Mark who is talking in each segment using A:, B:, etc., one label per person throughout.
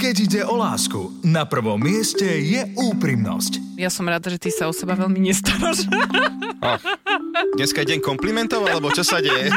A: Keď ide o lásku, na prvom mieste je úprimnosť.
B: Ja som rada, že ty sa o seba veľmi nestaráš.
C: Ach, dneska je deň komplimentov, alebo čo sa deje?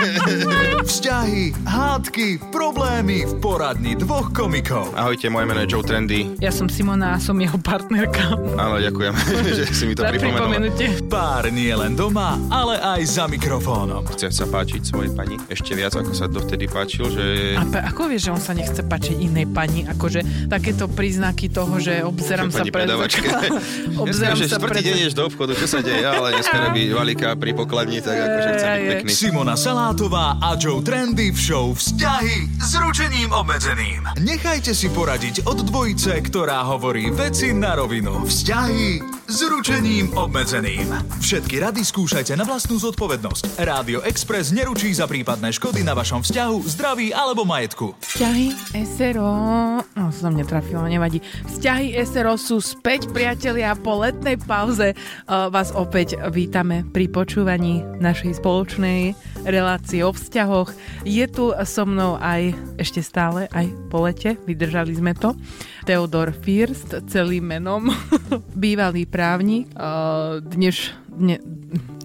A: Vzťahy, hádky, problémy v poradni dvoch komikov.
C: Ahojte, moje meno je Joe Trendy.
B: Ja som Simona a som jeho partnerka.
C: Áno, ďakujem, že si mi to
B: Za
C: pripomenul.
B: pripomenutie.
A: Pár nie len doma, ale aj za mikrofónom.
C: Chce sa páčiť svojej pani ešte viac, ako sa dovtedy páčil, že...
B: A pe- ako vieš, že on sa nechce páčiť inej pani? Akože takéto príznaky toho, že obzerám sa
C: Pani
B: pred
C: predavačke.
B: obzerám
C: že
B: sa
C: štvrtý deň
B: pred...
C: ješ do obchodu, čo sa deje, ale dneska robí valika pri pokladni, tak akože chce byť
B: Aj, aj.
C: pekný.
A: Simona Salátová a Joe Trendy v show Vzťahy s ručením obmedzeným. Nechajte si poradiť od dvojice, ktorá hovorí veci na rovinu. Vzťahy s ručením obmedzeným. Všetky rady skúšajte na vlastnú zodpovednosť. Rádio Express neručí za prípadné škody na vašom vzťahu, zdraví alebo majetku.
B: Vzťahy SRO... No, som netrafila, nevadí. Vzťahy SRO sú späť, priatelia. Po letnej pauze eh, vás opäť vítame pri počúvaní našej spoločnej relácie o vzťahoch. Je tu so mnou aj ešte stále, aj po lete. Vydržali sme to. Teodor First, celým menom. Bývalý právnik. eh, Dneš... Dne,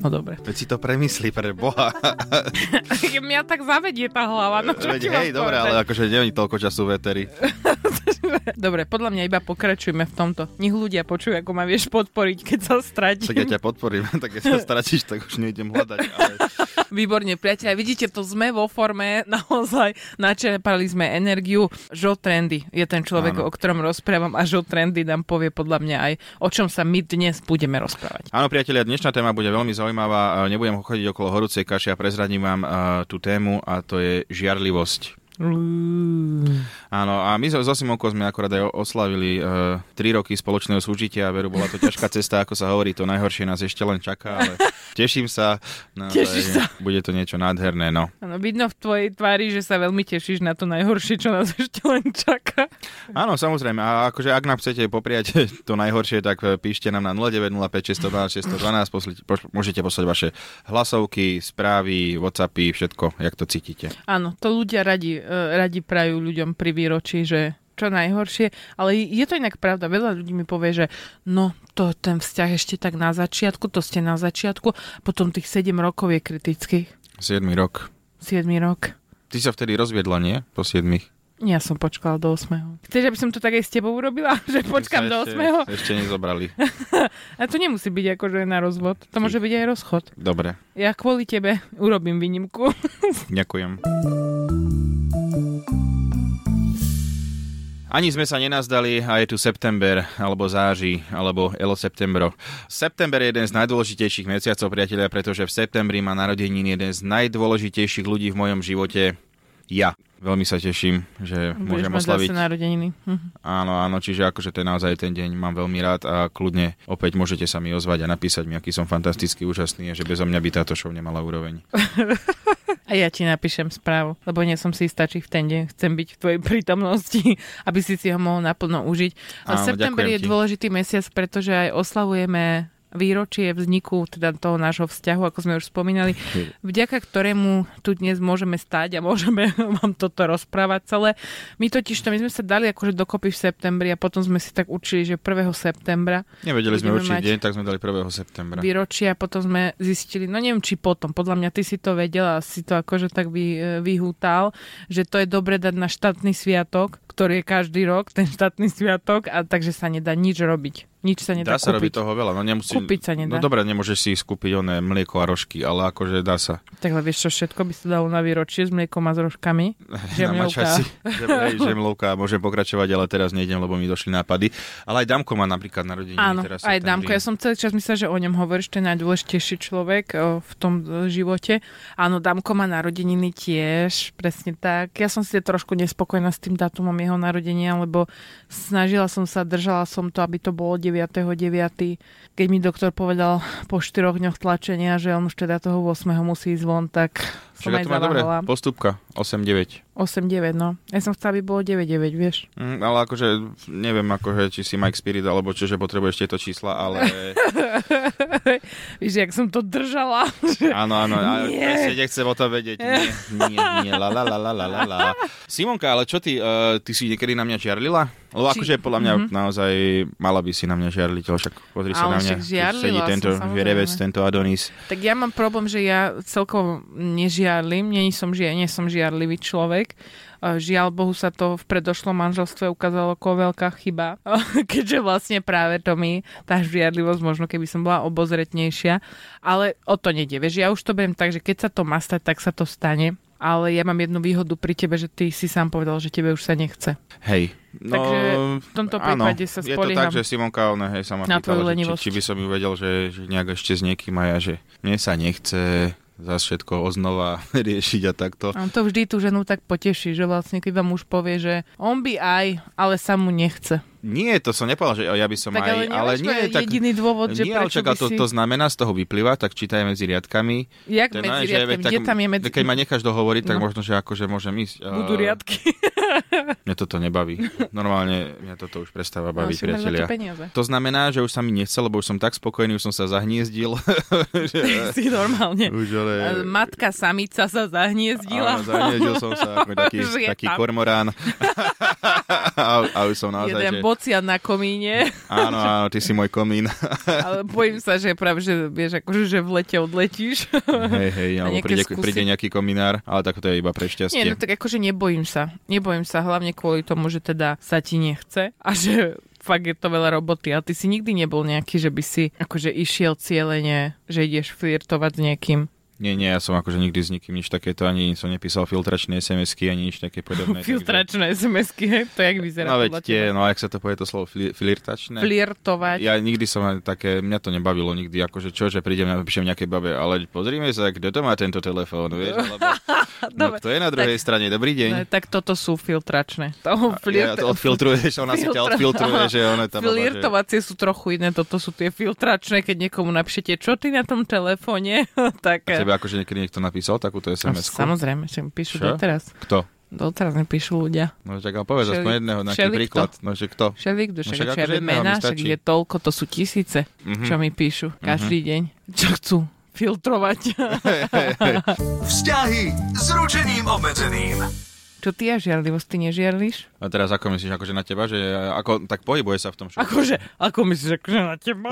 B: no dobre.
C: Veď si to premyslí pre Boha.
B: Mňa tak zavedie tá hlava. No, čo
C: Veď,
B: ti mám
C: hej, dobre,
B: povedať?
C: ale akože není toľko času v eteri.
B: Dobre, podľa mňa iba pokračujme v tomto. Nech ľudia počujú, ako ma vieš podporiť, keď sa
C: Tak ja
B: stratím.
C: ťa podporím, tak keď sa stratíš, tak už nejdem hľadať. Ale...
B: Výborne, priatelia, vidíte, to sme vo forme, naozaj načerpali sme energiu. Žo Trendy je ten človek,
C: Áno.
B: o ktorom rozprávam a Žo Trendy nám povie podľa mňa aj, o čom sa my dnes budeme rozprávať.
C: Áno, priatelia, dnešná téma bude veľmi zaujímavá. E, Nebudem chodiť okolo horúcej kaše a prezradím vám e, tú tému a to je žiarlivosť. Áno, a my so so Simonkou sme akorát aj o- oslavili 3 roky spoločného súžitia a veru, bola to ťažká cesta, ako sa hovorí, to najhoršie nás ešte len čaká, ale teším sa. No,
B: Tešíš sa.
C: Bude to niečo nádherné, no.
B: Áno, vidno v tvojej tvári, že sa veľmi tešíš na to najhoršie, čo nás ešte len čaká.
C: Áno, samozrejme. A akože ak nám chcete popriať to najhoršie, tak e, píšte nám na 0905 612 612, poslite, poš- môžete poslať vaše hlasovky, správy, Whatsappy, všetko, jak to cítite.
B: Áno, to ľudia radi, e, radi prajú ľuďom pri výročí, že čo najhoršie, ale je to inak pravda. Veľa ľudí mi povie, že no, to ten vzťah ešte tak na začiatku, to ste na začiatku, potom tých 7 rokov je kritických.
C: 7 rok.
B: 7 rok.
C: Ty sa vtedy rozviedla, nie? Po 7.
B: Ja som počkala do 8. Chceš, aby som to tak aj s tebou urobila? Že počkam do 8.
C: Ešte nezobrali.
B: A to nemusí byť akože na rozvod. To môže byť aj rozchod.
C: Dobre,
B: Ja kvôli tebe urobím výnimku.
C: ďakujem. Ani sme sa nenazdali a je tu september, alebo záži, alebo elo septembro. September je jeden z najdôležitejších mesiacov, priatelia, pretože v septembri má narodeniny jeden z najdôležitejších ľudí v mojom živote. Ja. Veľmi sa teším, že môžem
B: Budeš mať
C: oslaviť.
B: Zase narodeniny. Mhm.
C: Áno, áno, čiže akože to je naozaj ten deň, mám veľmi rád a kľudne opäť môžete sa mi ozvať a napísať mi, aký som fantastický, úžasný a že bezo mňa by táto show nemala úroveň.
B: A ja ti napíšem správu, lebo nie som si istá, či v ten deň chcem byť v tvojej prítomnosti, aby si si ho mohol naplno užiť. A
C: Áno,
B: september
C: ďakujem
B: je
C: ti.
B: dôležitý mesiac, pretože aj oslavujeme výročie vzniku teda toho nášho vzťahu, ako sme už spomínali, vďaka ktorému tu dnes môžeme stať a môžeme vám toto rozprávať celé. My totiž to, my sme sa dali akože dokopy v septembri a potom sme si tak určili, že 1. septembra
C: Nevedeli sme
B: Budeme
C: určite
B: mať-
C: deň, tak sme dali 1. septembra.
B: výročia, potom sme zistili, no neviem či potom, podľa mňa ty si to vedela, si to akože tak vy, vyhútal, že to je dobre dať na štátny sviatok, ktorý je každý rok, ten štátny sviatok, a takže sa nedá nič robiť. Nič sa nedá
C: Dá sa robiť
B: kúpiť.
C: toho veľa, no nemusí...
B: Kúpiť sa nedá.
C: No dobre, nemôžeš si skúpiť oné mlieko a rožky, ale akože dá sa.
B: Takhle vieš čo, všetko by sa dalo na výročie s mliekom a s rožkami. Žemľovka.
C: Namačať si žem, hej, žemlovka a môžem pokračovať, ale teraz nejdem, lebo mi došli nápady. Ale aj Damko má napríklad narodeniny
B: Áno, aj
C: teraz. septembri.
B: Dámko, ja som celý čas myslela, že o ňom hovoríš, to je najdôležitejší človek o, v tom e, živote. Áno, Dámko má narodeniny tiež, presne tak. Ja som si trošku nespokojná s tým dátumom jeho narodenia, lebo snažila som sa, držala som to, aby to bolo 9.9. Keď mi doktor povedal po 4 dňoch tlačenia, že on už teda toho 8. musí ísť von, tak som
C: Však ja
B: aj
C: to má dobre,
B: zalahala.
C: postupka 8-9.
B: 8-9, no. Ja som chcela, aby bolo 9-9, vieš.
C: Mm, ale akože, neviem, akože, či si Mike Spirit, alebo čo, že potrebuješ tieto čísla, ale
B: Víš, jak som to držala. že-
C: áno, áno, áno
B: Nie.
C: presne nechcem o to vedieť. Nie, nie, nie, la, la, la, la, la, la, la. Simonka, ale čo ty, uh, ty si niekedy na mňa žiarlila? Lebo
B: Či- Mhm.
C: akože podľa mňa mm-hmm. naozaj mala by si na mňa žiarliť, ale však pozri sa
B: Ale
C: na mňa.
B: však
C: tu
B: žiarlila
C: sedí
B: som,
C: tento
B: samozrejme.
C: vierevec, tento Adonis.
B: tak ja mám problém, že ja celkovo nežiarlim, nie som, žia, nie som žiarlivý človek. E, Žiaľ Bohu sa to v predošlom manželstve ukázalo ako veľká chyba, keďže vlastne práve to mi tá žiarlivosť, možno keby som bola obozretnejšia, ale o to nejde. Vieš, ja už to beriem tak, že keď sa to má stať, tak sa to stane. Ale ja mám jednu výhodu pri tebe, že ty si sám povedal, že tebe už sa nechce.
C: Hej. No,
B: Takže v tomto prípade
C: áno,
B: sa
C: je to tak,
B: spolieham.
C: že Simonka, ona hej, sa ma
B: Na tvoju
C: pýtala, že
B: lenivosť.
C: či, či, by som ju vedel, že, že nejak ešte s niekým a ja, že mne sa nechce zase všetko oznova riešiť a takto.
B: A to vždy tú ženu tak poteší, že vlastne keď vám muž povie, že on by aj, ale sa mu nechce.
C: Nie, to som nepovedal, že ja by som
B: Tak
C: aj...
B: ale, ale nie je tak... jediný dôvod, že
C: nie, ale
B: prečo by
C: čaká, to,
B: si...
C: to znamená, z toho vyplýva, tak čítaj medzi riadkami.
B: Jak medzi
C: To je normálne, že
B: riadkami?
C: veď
B: Kde tam je medzi...
C: Keď ma necháš dohovoriť, tak
B: No.
C: možno, že akože môžem ísť.
B: Budú
C: Eh,
B: riadky.
C: Mňa toto nebaví. Normálne mňa toto už prestáva
B: však No,
C: baviť,
B: majú za
C: priatelia.
B: to peniaze.
C: To znamená, že už sa mi nechce, lebo už som tak spokojný, už som sa zahniezdil. že,
B: si normálne.
C: už ale...
B: E, Matka samica sa zahniezdila.
C: Áno, zahniezdil som sa ako taký,
B: Už je
C: taký
B: tam.
C: kormorán. a, a už som naozaj,
B: Jeden
C: že...
B: bocian na komíne,
C: Áno, áno, ty si môj komín.
B: ale bojím sa, že práve, že, vieš, akože, že v lete odletíš.
C: hej, hej,
B: A
C: alebo
B: nejaké
C: príde,
B: skúsi.
C: príde nejaký kominár, ale tak to je iba pre šťastie.
B: Nie, no tak akože nebojím sa. Nebojím sa hlavne kvôli tomu, že teda sa ti nechce a že fakt je to veľa roboty. A ty si nikdy nebol nejaký, že by si akože išiel cieľene, že ideš flirtovať s niekým.
C: nie, nie, ja som akože nikdy s nikým nič takéto, ani som nepísal filtračné SMS-ky, ani nič také podobné. takže-
B: Filtračné SMS-ky, hej, to jak vyzerá.
C: No veď
B: podľa
C: tie,
B: teba?
C: no a jak sa to povie to slovo, fli- flirtačné?
B: Flirtovať.
C: Ja nikdy som aj také, mňa to nebavilo nikdy, akože čo, že prídem a napíšem nejakej babe, ale pozrime sa, kto to má tento telefón, vieš, alebo,
B: Dobre,
C: no kto je na druhej strane, dobrý
B: No,
C: deň.
B: tak toto sú filtračné. To,
C: Ja,
B: flirt...
C: to odfiltruješ, ona si
B: Filtra-
C: ťa odfiltruje, že ona tam...
B: Flirtovacie sú trochu iné, toto sú tie filtračné, keď niekomu napíšete, čo ty na tom telefóne,
C: A
B: také.
C: tebe akože niekedy niekto napísal takúto sms -ku?
B: Samozrejme, že mi píšu
C: Čo?
B: doteraz.
C: Kto?
B: Doteraz mi píšu ľudia.
C: No čak, ale povedz
B: Všeli-
C: aspoň jedného, nejaký
B: všelikto.
C: príklad. No že kto?
B: Všelik, kto,
C: No
B: však,
C: však
B: však,
C: akože
B: však
C: jedného mi
B: mená, však
C: stačí. Mhm.
B: je toľko, to sú tisíce, čo mi píšu každý deň. Čo chcú? Filtrovať.
A: Vzťahy s ručením obmedzeným.
B: čo ty a žiarlivosť, ty nežiarliš?
C: A teraz ako myslíš, akože na teba, že ako, tak pohybuje sa v tom show.
B: Akože, ako myslíš, akože na teba?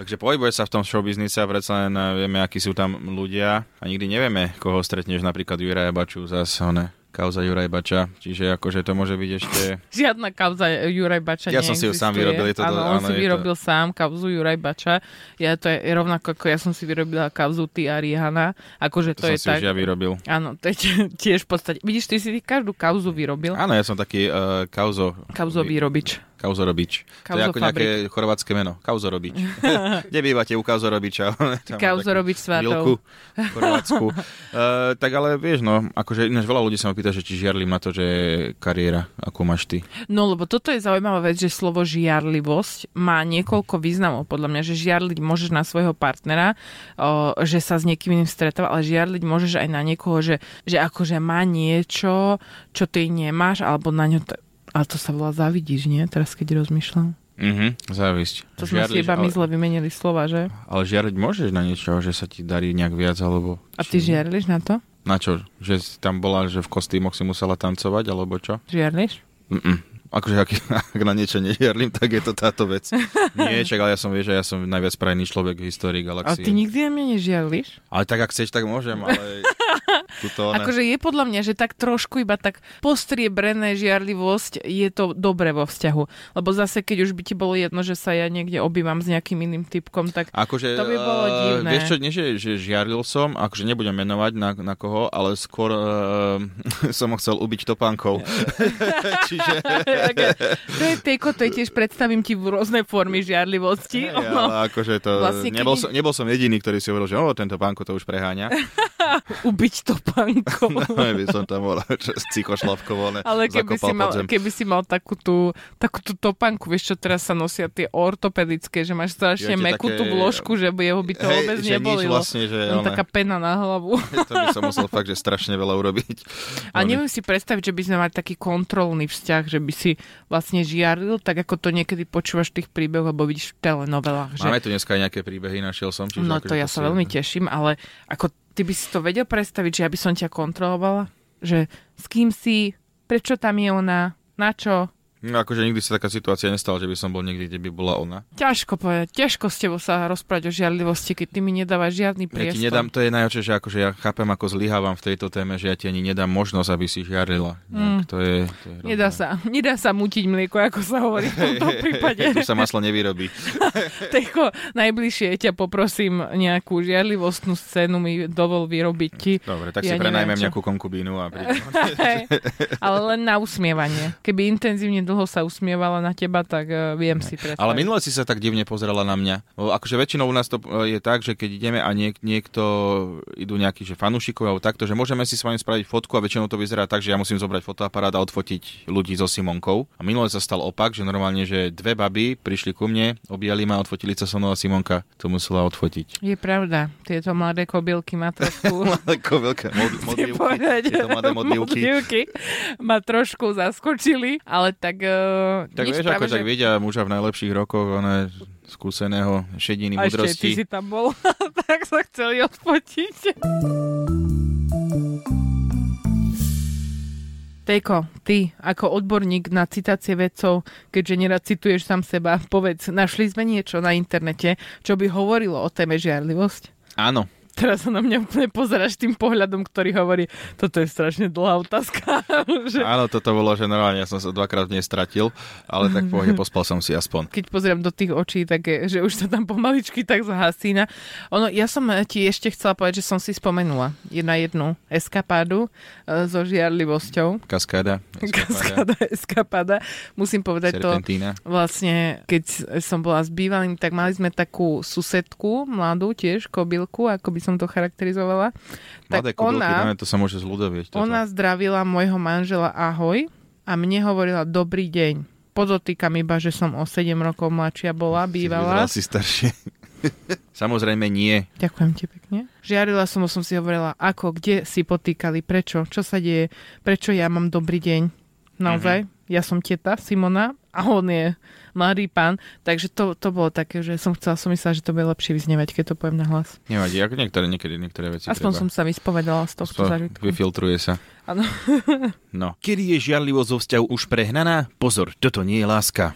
C: Takže pohybuje sa v tom showbiznise a predsa len eh, vieme, akí sú tam ľudia a nikdy nevieme, koho stretneš, napríklad Juraja Baču, zase one, kauza Juraja Bača, čiže akože to môže byť ešte...
B: Žiadna kauza Juraj Bača
C: Ja som si ju sám
B: neexistuje.
C: vyrobil, je to-
B: áno, on
C: áno,
B: si
C: je to-
B: vyrobil sám kauzu Juraj Bača. Ja to je rovnako, ako ja som si vyrobila kauzu ty a Rihana. Akože to,
C: To, som
B: je
C: si
B: tak...
C: už ja vyrobil.
B: Áno, to je tie- tiež v podstate... Vidíš, ty si každú kauzu vyrobil.
C: Áno, ja som taký uh, kauzo...
B: Kauzový robič.
C: Kauzorobič. To je ako nejaké chorvátske meno. Kauzorobič. Kde bývate u Kauzorobiča? Tam má
B: Kauzorobič
C: takú
B: svatov.
C: vilku v Chorvátsku. uh, tak ale vieš, no, akože ináč veľa ľudí sa ma pýta, že či žiarlim na to, že kariéra, akú máš ty.
B: No lebo toto je zaujímavá vec, že slovo žiarlivosť má niekoľko významov. Podľa mňa, že žiarliť môžeš na svojho partnera, o, že sa s niekým iným stretáva, ale žiarliť môžeš aj na niekoho, že, že akože má niečo, čo ty nemáš, alebo na ňo... T- ale to sa volá závidíš, nie? Teraz keď rozmýšľam.
C: Mhm, závisť.
B: To sme si iba my
C: ale,
B: zle vymenili slova, že?
C: ale žiarliť môžeš na niečo, že sa ti darí nejak viac, alebo...
B: A ty
C: či-
B: žiarliš na to?
C: Na čo? Že si tam bola, že v kostýmoch si musela tancovať, alebo čo?
B: Žiarliš?
C: Mm-mm. Akože ak, ak na niečo nežiarlim, tak je to táto vec. Nie, čak, ale ja som, vieš, že ja som najviac prajný človek v histórii
B: A
C: galaxie.
B: ty nikdy na mňa nežiarliš?
C: Ale tak, ak chceš, tak môžem, ale... Tuto, ne.
B: Akože je podľa mňa, že tak trošku iba tak postriebrené žiarlivosť je to dobre vo vzťahu. Lebo zase, keď už by ti bolo jedno, že sa ja niekde obývam s nejakým iným typkom, tak
C: akože
B: to by bolo
C: eh,
B: divné.
C: Vieš čo, nie, že, že žiaril som, akože nebudem menovať na, na koho, ale skôr uh, som ho chcel ubiť topánkou. Čiže...
B: to je tejko, to je tiež predstavím ti v rôzne formy žiarlivosti.
C: Hej, ale akože to...
B: Vlastne,
C: Vlastne,
B: keď
C: nebol,
B: ich-
C: som, nebol som jediný, ktorý si hovoril, že o, tento pánko to už preháňa.
D: Ubiť to panko.
C: No, by som tam bol psychošlapkovo, ale,
B: Ale keby si, mal, keby si mal takú tú, takú tú topanku, vieš čo teraz sa nosia tie ortopedické, že máš strašne
C: Viete,
B: mekú
C: také-
B: tú vložku, že by jeho by to
C: Hej,
B: vôbec
C: že nič
B: nebolilo.
C: vlastne, že
B: Len
C: one-
B: taká pena na hlavu.
C: To by som musel fakt, že strašne veľa urobiť.
B: A neviem si predstaviť, že by sme mali taký kontrolný vzťah, že by si vlastne žiaril, tak ako to niekedy počúvaš v tých príbehoch, alebo vidíš v telenovelách. Že...
C: Máme tu dneska aj nejaké príbehy, našiel som. Čiže
B: No
C: akože
B: to ja sa
C: si-
B: veľmi teším, ale ako ty by si to vedel predstaviť, že ja by som ťa kontrolovala? Že s kým si, prečo tam je ona, na čo?
C: No akože nikdy sa taká situácia nestala, že by som bol niekde, kde by bola ona.
B: Ťažko povedať, ťažko s tebou sa rozprávať o žiarlivosti, keď ty mi nedávaš žiadny
C: Ja
B: priestor.
C: ti nedám, to je najhoršie, že akože ja chápem, ako zlyhávam v tejto téme, že ja ti ani nedám možnosť, aby si žiarila. Mm. To je, to je hrozné.
B: Nedá sa, nedá sa mutiť mlieko, ako sa hovorí v tomto prípade.
C: Tu sa maslo nevyrobí.
B: Techo, najbližšie ťa poprosím nejakú žiarlivostnú scénu mi dovol vyrobiť ti.
C: Dobre, tak si
B: Ja neviem,
C: prenajmem
B: čo.
C: nejakú konkubínu a prídem.
B: Hej, ale len na usmievanie. Keby intenzívne dlho sa usmievala na teba, tak eh, viem si predstaviť.
C: Ale minule si sa tak divne pozerala na mňa. Lebo Akože väčšinou u nás to e, je tak, že keď ideme a niek- niekto idú nejakí že fanúšikovia alebo takto, že môžeme si s vami spraviť fotku a väčšinou to vyzerá tak, že ja musím zobrať fotoaparát a odfotiť ľudí so Simonkou. A minule sa stal opak, že normálne, že dve baby prišli ku mne, objali ma, odfotili sa so mnou a Simonka to musela odfotiť.
B: Je pravda, tieto mladé kobylky má trošku...
C: Ako veľké mod-
B: Chcem
C: modlivky.
B: povedať,
C: Tieto mladé modlivky.
B: modlivky ma trošku zaskočili, ale tak... Uh,
C: Tak
B: nič
C: vieš,
B: práve,
C: ako
B: že...
C: tak vidia muža v najlepších rokoch, one skúseného šediny
B: A ešte ty
C: múdrosti.
B: si tam bol, tak sa chceli odfotiť. Tejko, ty ako odborník na citácie vedcov, keďže nerad cituješ sám seba, povedz, našli sme niečo na internete, čo by hovorilo o téme žiarlivosť?
C: Áno.
B: Teraz sa na mňa úplne pozeráš tým pohľadom, ktorý hovorí, toto je strašne dlhá otázka. že
C: Áno, toto bolo, že normálne ja som sa dvakrát v nej stratil, ale tak v pohode, pospal som si aspoň.
B: keď pozerám do tých očí, tak je, že už sa tam pomaličky tak zhasína. Ono, ja som eh, ti ešte chcela povedať, že som si spomenula je na jednu eskapádu e, so žiarlivosťou.
C: Kaskáda. eskápada,
B: Kaskáda, eskapáda. Musím povedať to,
C: Serpentína.
B: vlastne, keď som bola s bývalým, tak mali sme takú susedku, mladú tiež, kobylku, ako by som to charakterizovala.
C: Mladé kudulky, dáme, to sa môže zľudovieť. toto.
B: Ona zdravila môjho manžela ahoj a mne hovorila dobrý deň. Podotýkam iba, že som o 7 rokov mladšia bola,
C: Si
B: bývala.
C: vyzeral si staršie. Samozrejme nie.
B: Ďakujem ti pekne. Žiarila som, som si hovorila, ako, kde si potýkali, prečo, čo sa deje, prečo ja mám dobrý deň.
C: Mhm.
B: Naozaj, ja som teta Simona a on je mladý pán. Takže to, to bolo také, že som chcela, som myslela, že to bude lepšie vyznevať, keď to poviem na hlas.
C: Nevadí, ako niektoré, niekedy niektoré veci
B: Aspoň
C: treba.
B: som sa vyspovedala z tohto
C: Aspoň
B: zážitku.
C: Vyfiltruje sa.
B: Áno.
C: No. Kedy je žiarlivosť zo vzťahu už prehnaná? Pozor, toto nie je láska.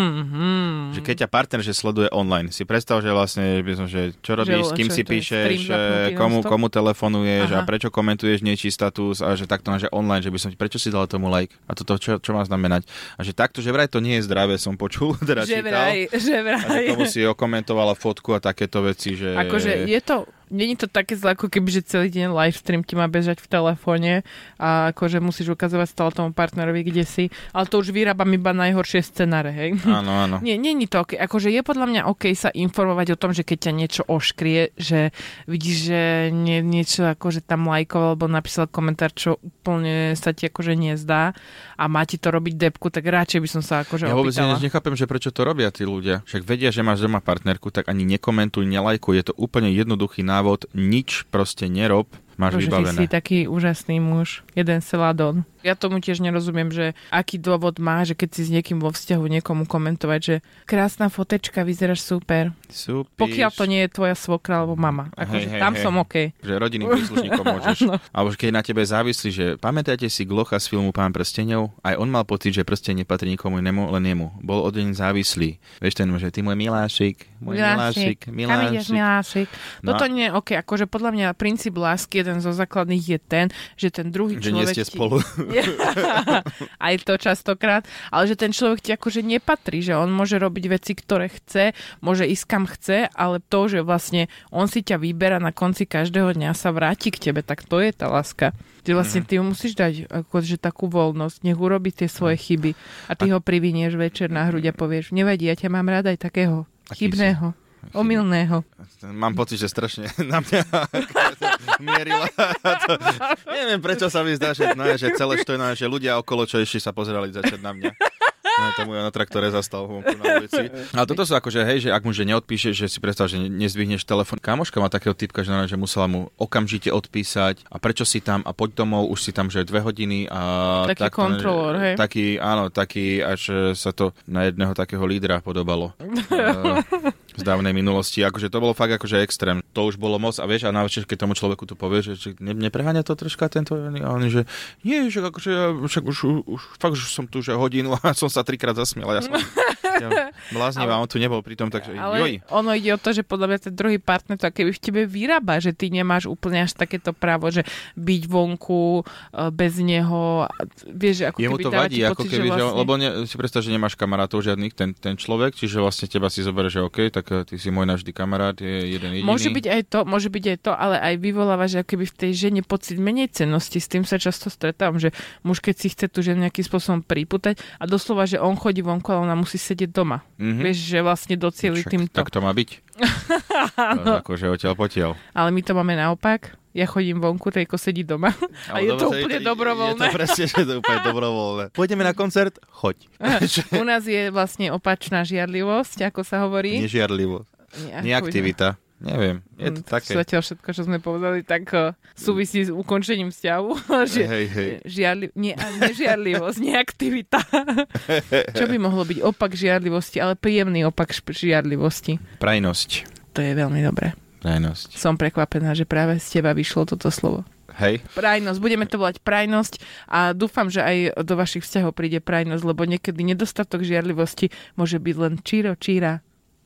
B: Mm-hmm.
C: Že keď ťa partner že sleduje online, si predstav, že vlastne, že by som, že čo robíš, s
B: Že-
C: kým
B: čo
C: si
B: je to,
C: píšeš,
B: stream zapnutý
C: eh, komu,
B: non-stop?
C: komu telefonuješ a
B: Aha.
C: prečo komentuješ niečí status a že takto, že online, že by som ti, prečo si dal tomu like a toto, čo, čo má znamenať. A že takto, že vraj to nie je zdravé, som počul, teda
B: Že
C: čítal.
B: vraj, že
C: A že
B: vraj.
C: tomu si okomentovala fotku a takéto veci, že...
B: Akože je to, není to také zle, ako keby, že celý deň live stream ti má bežať v telefóne a akože musíš ukazovať stále tomu partnerovi, kde si, ale to už vyrábam iba najhoršie scenáre, hej.
C: Áno, áno.
B: Nie, není to OK. Akože je podľa mňa OK sa informovať o tom, že keď ťa niečo oškrie, že vidíš, že nie, niečo akože tam lajkoval alebo napísal komentár, čo úplne sa ti akože nezdá a má ti to robiť depku, tak radšej by som sa akože
C: Ja vôbec
B: opýtala.
C: ne- nechápem, že prečo to robia tí ľudia. Však vedia, že máš doma partnerku, tak ani nekomentuj, nelajkuj. Je to úplne jednoduchý návod. Nič proste nerob.
B: Bože,
C: Máš
B: ty
C: vybavené.
B: si taký úžasný muž. Jeden seladon. Ja tomu tiež nerozumiem, že aký dôvod má, že keď si s niekým vo vzťahu niekomu komentovať, že krásna fotečka, vyzeráš super.
C: Súpiš.
B: Pokiaľ to nie je tvoja svokra alebo mama. Akože
C: Hej, hej,
B: tam
C: hej.
B: som OK.
C: Že rodinným príslušníkom môžeš. Alebo že keď na tebe závislí, že pamätáte si Glocha z filmu Pán prstenov? Aj on mal pocit, že prsteň nepatrí nikomu inému, len jemu. Bol od deň závislý. Vieš ten, že ty môj milášik, môj
B: Kam
C: milášik,
B: ideš,
C: milášik.
B: milášik?
C: No
B: Toto
C: a-
B: nie je OK. Akože podľa mňa princíp lásky, jeden zo základných je ten, že ten druhý
C: Že nie
B: človek...
C: ste
B: ti-
C: spolu.
B: Aj to častokrát, ale že ten človek ti akože nepatrí, že on môže robiť veci, ktoré chce, môže ísť kam chce, ale to, že vlastne on si ťa vyberá na konci každého dňa sa vráti k tebe, tak to je tá láska. Že vlastne ty mu musíš dať akože takú voľnosť, nech urobí tie svoje chyby a ty ho privinieš večer na hruď a povieš, nevadí, ja ťa mám rád aj takého
C: Aký si?
B: chybného.
D: Omilného.
C: Mám pocit, že strašne na mňa mierila. to, neviem, prečo sa mi zdá, že, no, že celé što je, no, že ľudia okolo čo ešte sa pozerali začať na mňa. No, tomu ja na traktore zastal vonku na ulici. Ale toto sú akože, hej, že ak mu že neodpíšeš, že si predstav, že nezvihneš telefón. Kamoška má takého typka, že, normálne, že musela mu okamžite odpísať a prečo si tam a poď domov, už si tam že dve hodiny. A
B: Taký kontrolór, hej.
C: Taký, áno, taký, až e, sa to na jedného takého lídra podobalo. E, z dávnej minulosti. Akože to bolo fakt akože extrém. To už bolo moc a vieš, a navyše, keď tomu človeku to povieš, že či ne, nepreháňa to troška tento, a on že nie, že akože ja však už, už fakt, že som tu že hodinu a som sa trikrát zasmiel. a Ja som ja bláznivá, on tu nebol pritom, takže
B: Ale
C: joj.
B: ono ide o to, že podľa mňa ten druhý partner to keby v tebe vyrába, že ty nemáš úplne až takéto právo, že byť vonku e, bez neho, a t- vieš, že ako
C: Jemu
B: keby
C: to
B: dáva
C: vadí,
B: ti
C: ako
B: pocit,
C: keby,
B: že
C: že,
B: vlastne...
C: lebo ne, si predstav, že nemáš kamarátov žiadnych, ten, ten človek, čiže vlastne teba si zoberie, že OK, tak eh, ty si môj navždy kamarát, je jeden jediný.
B: Môže byť aj to, môže byť aj to, ale aj vyvoláva, že akoby v tej žene pocit menej cennosti. S tým sa často stretávam, že muž, keď si chce tú ženu nejakým spôsobom priputať a doslova, že on chodí vonku, ale ona musí sedieť doma.
C: Mhm.
B: Mm-hmm. Vieš, že vlastne docieli
C: Však
B: týmto.
C: Tak to má byť. Áno. Akože odtiaľ potiaľ.
B: Ale my to máme naopak. Ja chodím vonku, tejko sedí doma. A je
C: dobre,
B: to
C: sa-
B: úplne
C: je-
B: dobrovoľné.
C: Je to presne, že to je úplne dobrovoľné. Pôjdeme na koncert? Choď.
B: U nás je vlastne opačná žiadlivosť, ako sa hovorí.
C: Nežiarlivo.
B: Nie,
C: Neaktivita. Neviem, je
B: Mm,
C: to také.
B: Zatiaľ všetko, čo sme povedali, tak eh, súvisí s ukončením vzťahu. že
C: Hej, hej.
B: Žiarli... Nie, a nežiarlivosť, neaktivita. Čo by mohlo byť opak žiarlivosti, ale príjemný opak šp- žiarlivosti.
C: Prajnosť.
B: To je veľmi dobré.
C: Prajnosť.
B: Som prekvapená, že práve z teba vyšlo toto slovo.
C: Hej.
B: Prajnosť, budeme to volať prajnosť a dúfam, že aj do vašich vzťahov príde prajnosť, lebo niekedy nedostatok žiarlivosti môže byť len číro, číra,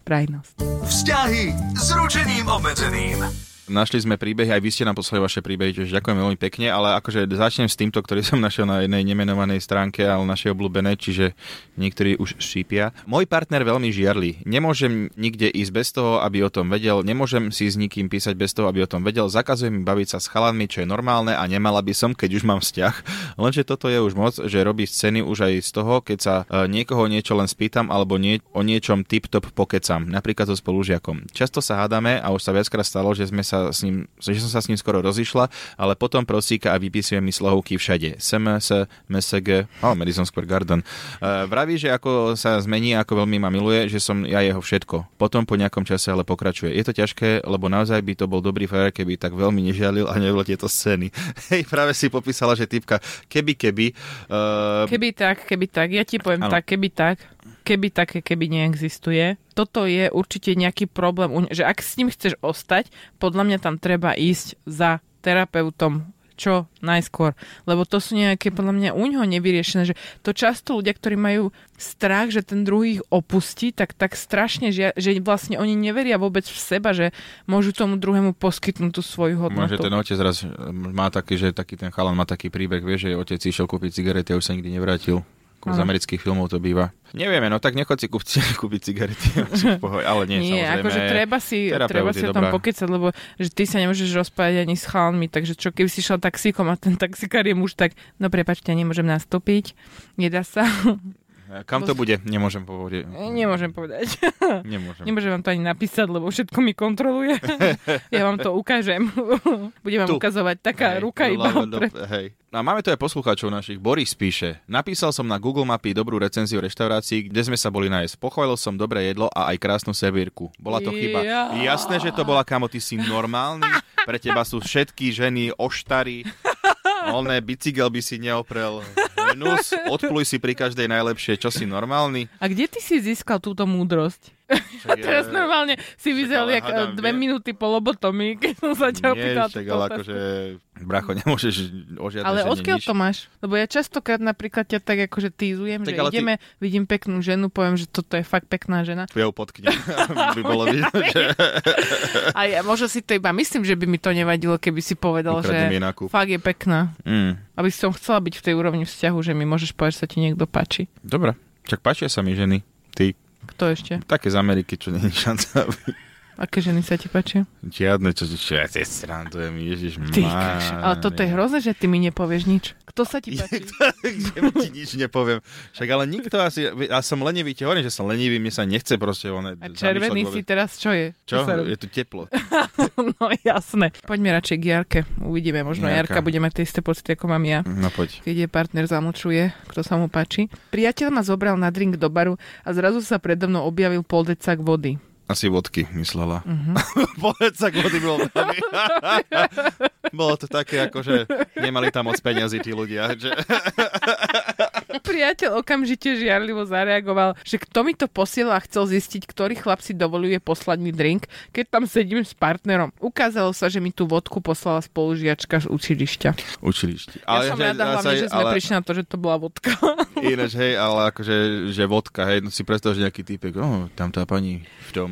B: prajnosť.
A: Vzťahy s ručením obmedzeným.
C: Našli sme príbehy, aj vy ste nám poslali vaše príbehy, čiže ďakujem veľmi pekne, ale akože začnem s týmto, ktorý som našiel na jednej nemenovanej stránke, ale našej obľúbené, čiže niektorí už šípia. Môj partner veľmi žiarli. Nemôžem nikde ísť bez toho, aby o tom vedel, nemôžem si s nikým písať bez toho, aby o tom vedel, zakazuje mi baviť sa s chalanmi, čo je normálne a nemala by som, keď už mám vzťah. Lenže toto je už moc, že robí scény už aj z toho, keď sa e, niekoho niečo len spýtam alebo nie, o niečom tip-top pokecam, napríklad so spolužiakom. Často sa hádame a už sa viackrát stalo, že, sme sa s ním, že som sa s ním skoro rozišla, ale potom prosíka a vypisuje mi slohovky všade. SMS, MSG, oh, Madison Square Garden. E, vraví, že ako sa zmení, ako veľmi ma miluje, že som ja jeho všetko. Potom po nejakom čase ale pokračuje. Je to ťažké, lebo naozaj by to bol dobrý frajer, keby tak veľmi nežialil a nevedel tieto scény. Hej, práve si popísala, že typka keby, keby. Uh,
B: Keby tak, keby tak, ja ti poviem
C: Áno.
B: tak, keby tak, keby také, keby neexistuje. Toto je určite nejaký problém, u ne- že ak s ním chceš ostať, podľa mňa tam treba ísť za terapeutom čo najskôr, lebo to sú nejaké podľa mňa u ňoho nevyriešené, že to často ľudia, ktorí majú strach, že ten druhý ich opustí, tak tak strašne, že, že vlastne oni neveria vôbec v seba, že môžu tomu druhému poskytnúť tú svoju hodnotu.
C: Môže ten otec raz e, má taký, že taký ten chalan má taký príbeh, vieš, že otec išiel kúpiť cigarety a už sa nikdy nevrátil. Ako Z
B: Áno.
C: amerických filmov to býva. Nevieme, no tak nechod si kúp, kúpiť cigarety, ak si v pohode, ale nie,
B: Nie,
C: samozrejme.
B: akože treba si,
C: terapeut
B: treba
C: je
B: si o tom
C: dobrá.
B: pokecať, lebo že ty sa nemôžeš rozprávať ani s chalmi, takže čo keby si šla taxíkom a ten taxikár je muž, tak no prepačte, nemôžem nastúpiť, nedá sa,
C: Kam to bude? Nemôžem povedať.
B: nemôžem povedať.
C: Nemôžem.
B: Nemôžem vám to ani napísať, lebo všetko mi kontroluje. ja vám to ukážem. Budem vám
C: Tu.
B: ukazovať taká
C: Hej,
B: ruka iba.
C: ľavo, do-
B: Pre...
C: Hej. No A máme tu aj poslucháčov našich. Boris píše, napísal som na Google Mapy dobrú recenziu reštaurácií, kde sme sa boli nájsť. Pochválil som dobré jedlo a aj krásnu servírku. Bola to chyba.
B: Ja.
C: Jasné, že to bola, kamo, ty si normálny. Pre teba sú všetky ženy oštary. Oné, bicykel by si neoprel. Venus, odpluj si pri každej najlepšie, čo si normálny.
B: A kde ty si získal túto múdrosť?
C: Však,
B: Teraz
C: eh,
B: normálne si vyzeral
C: ale
B: jak eh,
C: hádam,
B: dve
C: vie.
B: minúty po lobotomii, keď som sa ťa
C: Nie,
B: opýtala.
C: však,
B: túto
C: ale
B: otázku.
C: akože, bracho, nemôžeš o žiadnej
B: Ale
C: žene
B: odkiaľ
C: nič.
B: to máš? Lebo ja častokrát napríklad ťa tak akože týzujem,
C: Tak
B: tak že
C: ale ty-
B: ideme, ty... vidím peknú ženu, poviem, že toto je fakt pekná žena.
C: Ja ju potknem, by bolo vidno, že
B: A ja možno si to iba myslím, že by mi to nevadilo, keby si povedal,
C: Ukradnem
B: že
C: jej nákup.
B: fakt je pekná.
C: Mm.
B: Aby som chcela byť v tej úrovni vzťahu, že mi môžeš povedať, že sa ti niekto páči.
C: Dobre, čak páčia sa mi ženy. Ty,
B: Kto ešte?
C: také z Ameriky, čo není šanca. aby-
B: Aké ženy sa ti páčia?
C: Žiadne, čo, čo, čo ja si srandujem, ježiš,
B: Ty, kaš, ale toto je hrozné, že ty mi nepovieš nič. Kto sa ti páči?
C: Kde mi ti nič nepoviem. Však ale nikto asi, ja som lenivý, ti hovorím, že som lenivý, mne sa nechce proste one,
B: A červený si teraz čo je?
C: Čo?
B: sa robí?
C: Je tu teplo.
B: No jasné. Poďme radšej k Jarke. Uvidíme, možno
C: Jarka.
B: Jarka, bude mať tie isté pocity, ako mám ja.
C: No poď.
B: keď je partner zamlčuje, kto sa mu páči. Priateľ ma zobral na drink do baru a zrazu sa predo mnou objavil pol decak vody.
C: Asi vodky, myslela.
B: Mhm.
C: Povedz sa, vody bolo veľmi. bolo to také, ako že nemali tam moc peňazí tí ľudia. Že...
B: Priateľ okamžite žiarlivo zareagoval, že kto mi to posiela a chcel zistiť, ktorý chlap si dovoluje poslať mi drink, keď tam sedím s partnerom. Ukázalo sa, že mi tú vodku poslala spolužiačka z učilišťa.
C: Učilište.
B: Ale, ja som rada hlavne, že sme
C: ale,
B: prišli na to, že to bola vodka.
C: Ináč, hej, ale akože, že vodka, hej, no si predstav, že nejaký týpek, oh, tam tá pani v tom,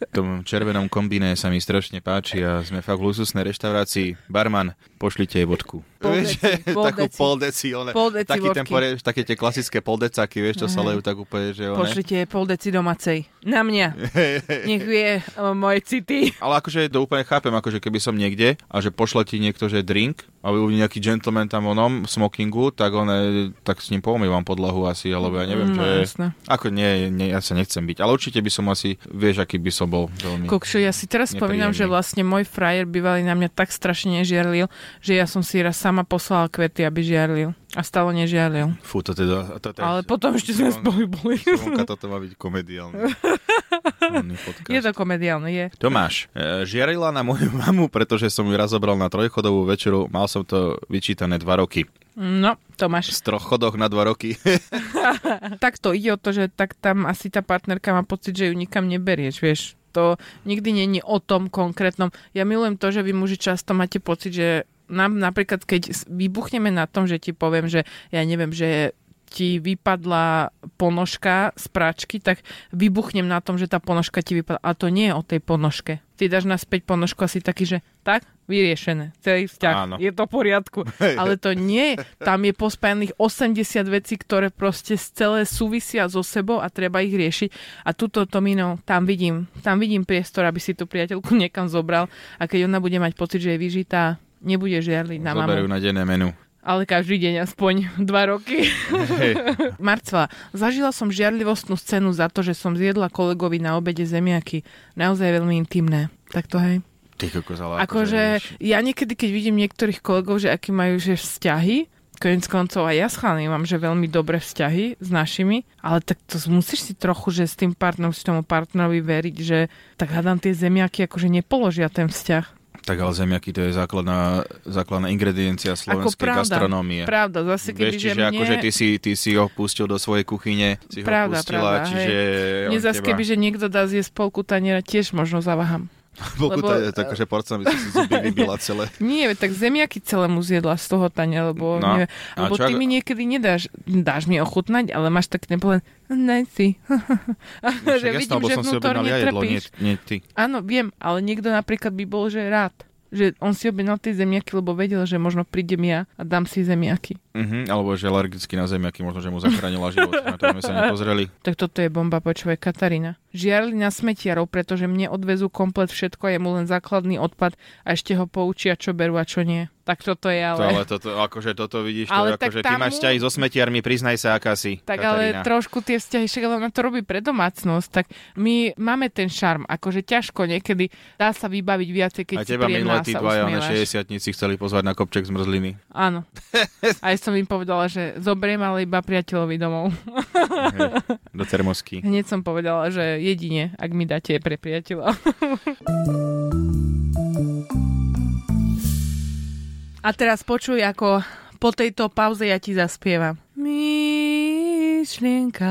C: v tom červenom kombiné sa mi strašne páči a sme fakt v luxusnej reštaurácii. Barman, pošlite jej vodku.
B: Pol
C: Vieš,
B: deci, pol
C: takú
B: deci.
C: pol deci, one,
B: Pol deci
C: taký ten,
B: vodky. Mhm.
C: pore- také tie klasické poldecaky, vieš, čo sa lejú tak úplne, že one.
B: Pošlite jej pol deci domacej. Na mňa. Nech vie o, moje city.
C: Ale akože to úplne chápem, akože keby som niekde a že pošle ti niekto, že drink a uvidí nejaký gentleman tam onom v smokingu, tak on, e, tak s ním poumývam podlahu asi, alebo ja neviem, čo
B: No,
C: je.
B: jasné.
C: Ako nie, nie, ja sa nechcem byť, ale určite by som asi, vieš, aký by som bol veľmi.
B: Kokšo, ja si teraz spomínam, že
C: Nepríjemný.
B: vlastne môj frajer bývalý na mňa tak strašne nežiarlil, že ja som si raz sama poslala kvety, aby žiarlil. A stále nežiarlil.
C: Fú, to teda... To teda
B: Ale potom ešte sme spolu boli.
C: Slonka, toto má byť komediálne. Oný podcast.
B: Je to komediálne, je.
C: Tomáš, e, žiarila na moju mamu, pretože som ju raz zobral na trojchodovú večeru, mal som to vyčítané dva roky.
B: No, Tomáš.
C: Z troch chodoch na dva roky.
B: Tak to ide o to, že tak tam asi tá partnerka má pocit, že ju nikam neberieš, vieš. To nikdy není o tom konkrétnom. Ja milujem to, že vy muži často máte pocit, že nám napríklad, keď s- vybuchneme na tom, že ti poviem, že ja neviem, že ti vypadla ponožka z práčky, tak vybuchnem na tom, že tá ponožka ti vypadla. A to nie je o tej ponožke. Ty dáš naspäť ponožku asi taký, že tak, vyriešené. Celý vzťah.
C: Áno.
B: Je to v poriadku. Ale to nie. Tam je pospájaných 80 vecí, ktoré proste celé súvisia so sebou a treba ich riešiť. A túto Tomino, tam vidím, tam vidím priestor, aby si tú priateľku niekam zobral. A keď ona bude mať pocit, že je vyžitá, nebude žiarliť na
C: Zoberú
B: mamu.
C: na denné menu.
B: Ale každý deň aspoň dva roky.
C: Hej.
B: Marcela, zažila som žiarlivostnú scénu za to, že som zjedla kolegovi na obede zemiaky. Naozaj veľmi intimné. Tak to hej.
C: Ty kokos, ale
B: Akože
C: vieš,
B: ja niekedy, keď vidím niektorých kolegov, že aký majú že vzťahy, koniec koncov aj ja s chalami mám, že veľmi dobré vzťahy s našimi, ale tak to musíš si trochu, že s tým partnerom, si tomu partnerovi veriť, že tak hádam tie zemiaky, akože nepoložia ten vzťah.
C: Tak ale zemiaky to je základná, základná ingrediencia slovenskej gastronómie.
B: Pravda, zase keby,
C: Vieš,
B: že
C: čiže
B: mne...
C: akože ty si, ty si ho pustil do svojej kuchyne, si ho
B: Pravda,
C: pustila,
B: pravda,
C: čiže...
B: Mne
C: on
B: zase
C: teba-
B: keby, že niekto dá zjesť polku taniera, tiež možno zavahám.
C: Pokud
B: lebo-
C: je taká, že porca by si si zuby vybila celé.
B: Nie, tak zemiaky celému zjedla z toho tania, lebo, no.
C: No.
B: nie,
C: A
B: lebo
C: čo
B: ty
C: ak-
B: mi niekedy nedáš, dáš mi ochutnať, ale máš tak nepolen, daj si. že
C: No, Však
B: vidím,
C: lebo
B: že
C: som si
B: vnútorne
C: objednal ja jedlo, nie,
B: trpíš.
C: nie ty.
B: Áno, viem, ale niekto napríklad by bol, že rád že on si objednal tie zemiaky, lebo vedel, že možno prídem ja a dám si zemiaky.
C: Mhm, alebo že alergicky na zemiaky, možno, že mu zachránila život. Na to sme sa nepozreli.
B: Tak toto je bomba, počúvaj, Katarína. Žiarli na smetiarov, pretože mne odvezú komplet všetko a je mu len základný odpad a ešte ho poučia, čo berú a čo nie. Tak toto je ale...
C: To, ale toto, akože toto
B: Ale
C: vidíš, ale to,
B: tak
C: akože ty
B: tam
C: máš
B: mu-
C: vzťahy so smetiarmi, priznaj sa, aká si,
B: Tak
C: Katarína.
B: ale trošku tie vzťahy, však ale ona to robí pre domácnosť, tak my máme ten šarm, akože ťažko niekedy dá sa vybaviť viacej, keď
C: A
B: si
C: teba
B: príjemná
C: minulé
B: a
C: tí
B: sa
C: dvaja na
B: usmievaš.
C: 60 chceli pozvať na kopček zmrzliny.
B: Áno. Aj som im povedala, že zoberiem ale iba priateľovi domov.
C: Hej, Do termosky.
B: Hneď som povedala, že jedine, ak mi dáte je pre priateľa. A teraz počuj, ako po tejto pauze ja ti zaspievam. Myšlienka.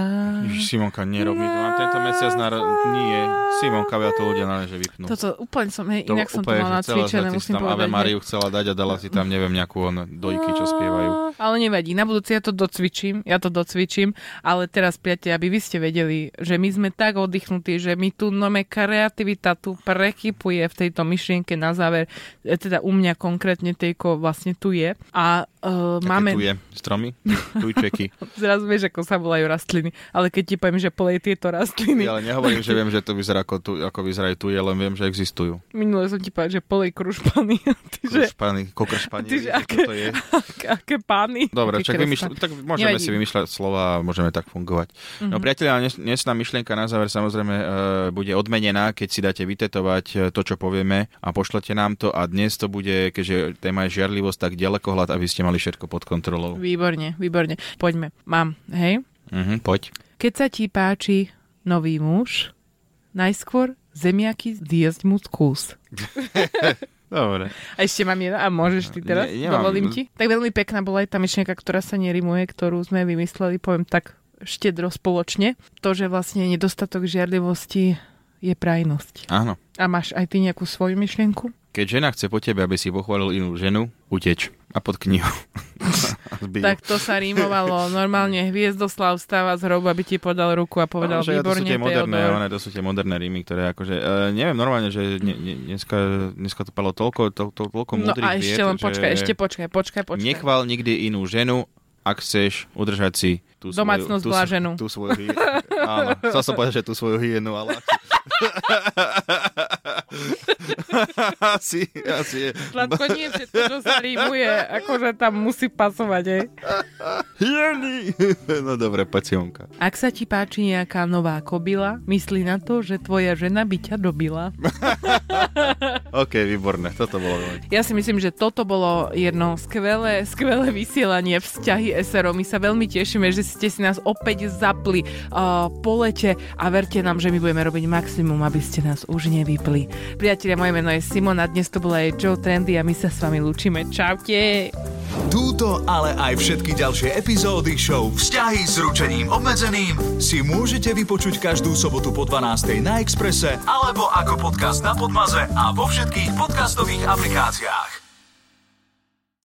C: Ježiš, Simonka, nerob mi to. Mám tento mesiac na... ro- Nie, Simonka, ja to ľudia na že vypnú.
B: Toto úplne som, hej, inak som to
C: No. úplne,
B: mala
C: že celé, že
B: nacvičené,
C: ty si
B: musím
C: tam
B: povedať.
C: Ave Mariu chcela dať a dala si tam, neviem, nejakú on, dojky, čo spievajú.
B: Ale nevadí, na budúce ja to docvičím, ja to docvičím, ale teraz, priatelia, aby vy ste vedeli, že my sme tak oddychnutí, že my tu nome kreativita tu prekypuje v tejto myšlienke na záver, e, teda u mňa konkrétne tejko vlastne tu je. A Uh,
C: Také
B: máme,
C: Tu je stromy, tujčeky.
B: zrazu vieš, ako sa volajú rastliny, ale keď ti poviem, že polej tieto rastliny,
C: Ja ale nehovorím, že viem, že to vyzerá ako, tu, ako vyzerajú tu, ja len viem, že existujú.
B: minule som ti povedal, že polej krušpany, a ty, že,
C: Krušpany, kokršpany,
B: Ty, že
C: vieš,
B: aké-
C: to je.
B: aké, aké pány.
C: Dobre,
B: Aké
C: čak vymýšľa,
B: kresla.
C: tak môžeme
B: Nevadí.
C: si vymýšľať slova a môžeme tak fungovať. Mm-hmm. No priatelia, ale dnes- dnesná myšlienka na záver samozrejme e, bude odmenená, keď si dáte vytetovať e, to, čo povieme a pošlete nám to a dnes to bude, keďže téma je žiarlivosť, tak ďalekohľad, aby ste mali všetko pod kontrolou.
B: Výborne, výborne. Poďme, mám, hej.
C: Mhm, poď.
B: Keď sa ti páči nový muž, najskôr zemiaky zjesť mu kus.
C: Dobre.
B: A ešte mám jedna, a môžeš ty teraz, ne,
C: Ne- nemám.
B: dovolím ti. Tak veľmi pekná bola aj tá myšlienka, ktorá sa nerimuje, ktorú sme vymysleli, poviem tak štedro spoločne. To, že vlastne nedostatok žiarlivosti je prajnosť.
C: Áno.
B: A máš aj ty nejakú svoju myšlienku?
C: Keď žena chce po tebe, aby si pochválil inú ženu, uteč a pod knihu. A zbij ju.
B: Tak to sa rímovalo. Normálne Hviezdoslav stáva z hrobu, aby ti podal ruku a povedal
C: Áno, že to sú
B: výborne,
C: tie moderné,
B: Teodor."
C: one, to sú tie moderné rímy, ktoré akože, e, neviem, normálne, že ne, ne, dneska, dneska to palo toľko, to, to, toľko
B: No
C: múdrých
B: a ešte
C: vied,
B: len
C: že
B: počkaj, ešte počkaj, počkaj, počkaj.
C: Nechvál nikdy inú ženu, ak chceš udržať si tú
B: Domácnosť
C: svoju, tú,
B: bláženú.
C: Tú svoju hyenu. Áno, chcel som povedať, že tú svoju hyenu, ale... asi, asi je.
B: Sladko nie všetko, čo sa rímuje, akože tam musí pasovať, hej.
C: Hyeny! no dobre, pacionka.
B: Ak sa ti páči nejaká nová kobila, myslí na to, že tvoja žena by ťa dobila.
C: OK, výborné, toto bolo veľmi.
B: Ja si myslím, že toto bolo jedno skvelé, skvelé vysielanie vzťahy SRO. My sa veľmi tešíme, že ste si nás opäť zapli uh, po lete a verte nám, že my budeme robiť maximum, aby ste nás už nevypli. Priatelia, moje meno je Simona, dnes to bola aj Joe Trendy a my sa s vami lúčime. Čaute!
A: Túto, ale aj všetky ďalšie epizódy show Vzťahy s ručením obmedzeným si môžete vypočuť každú sobotu po 12. na Exprese alebo ako podcast na Podmaze a vo všetkých podcastových aplikáciách.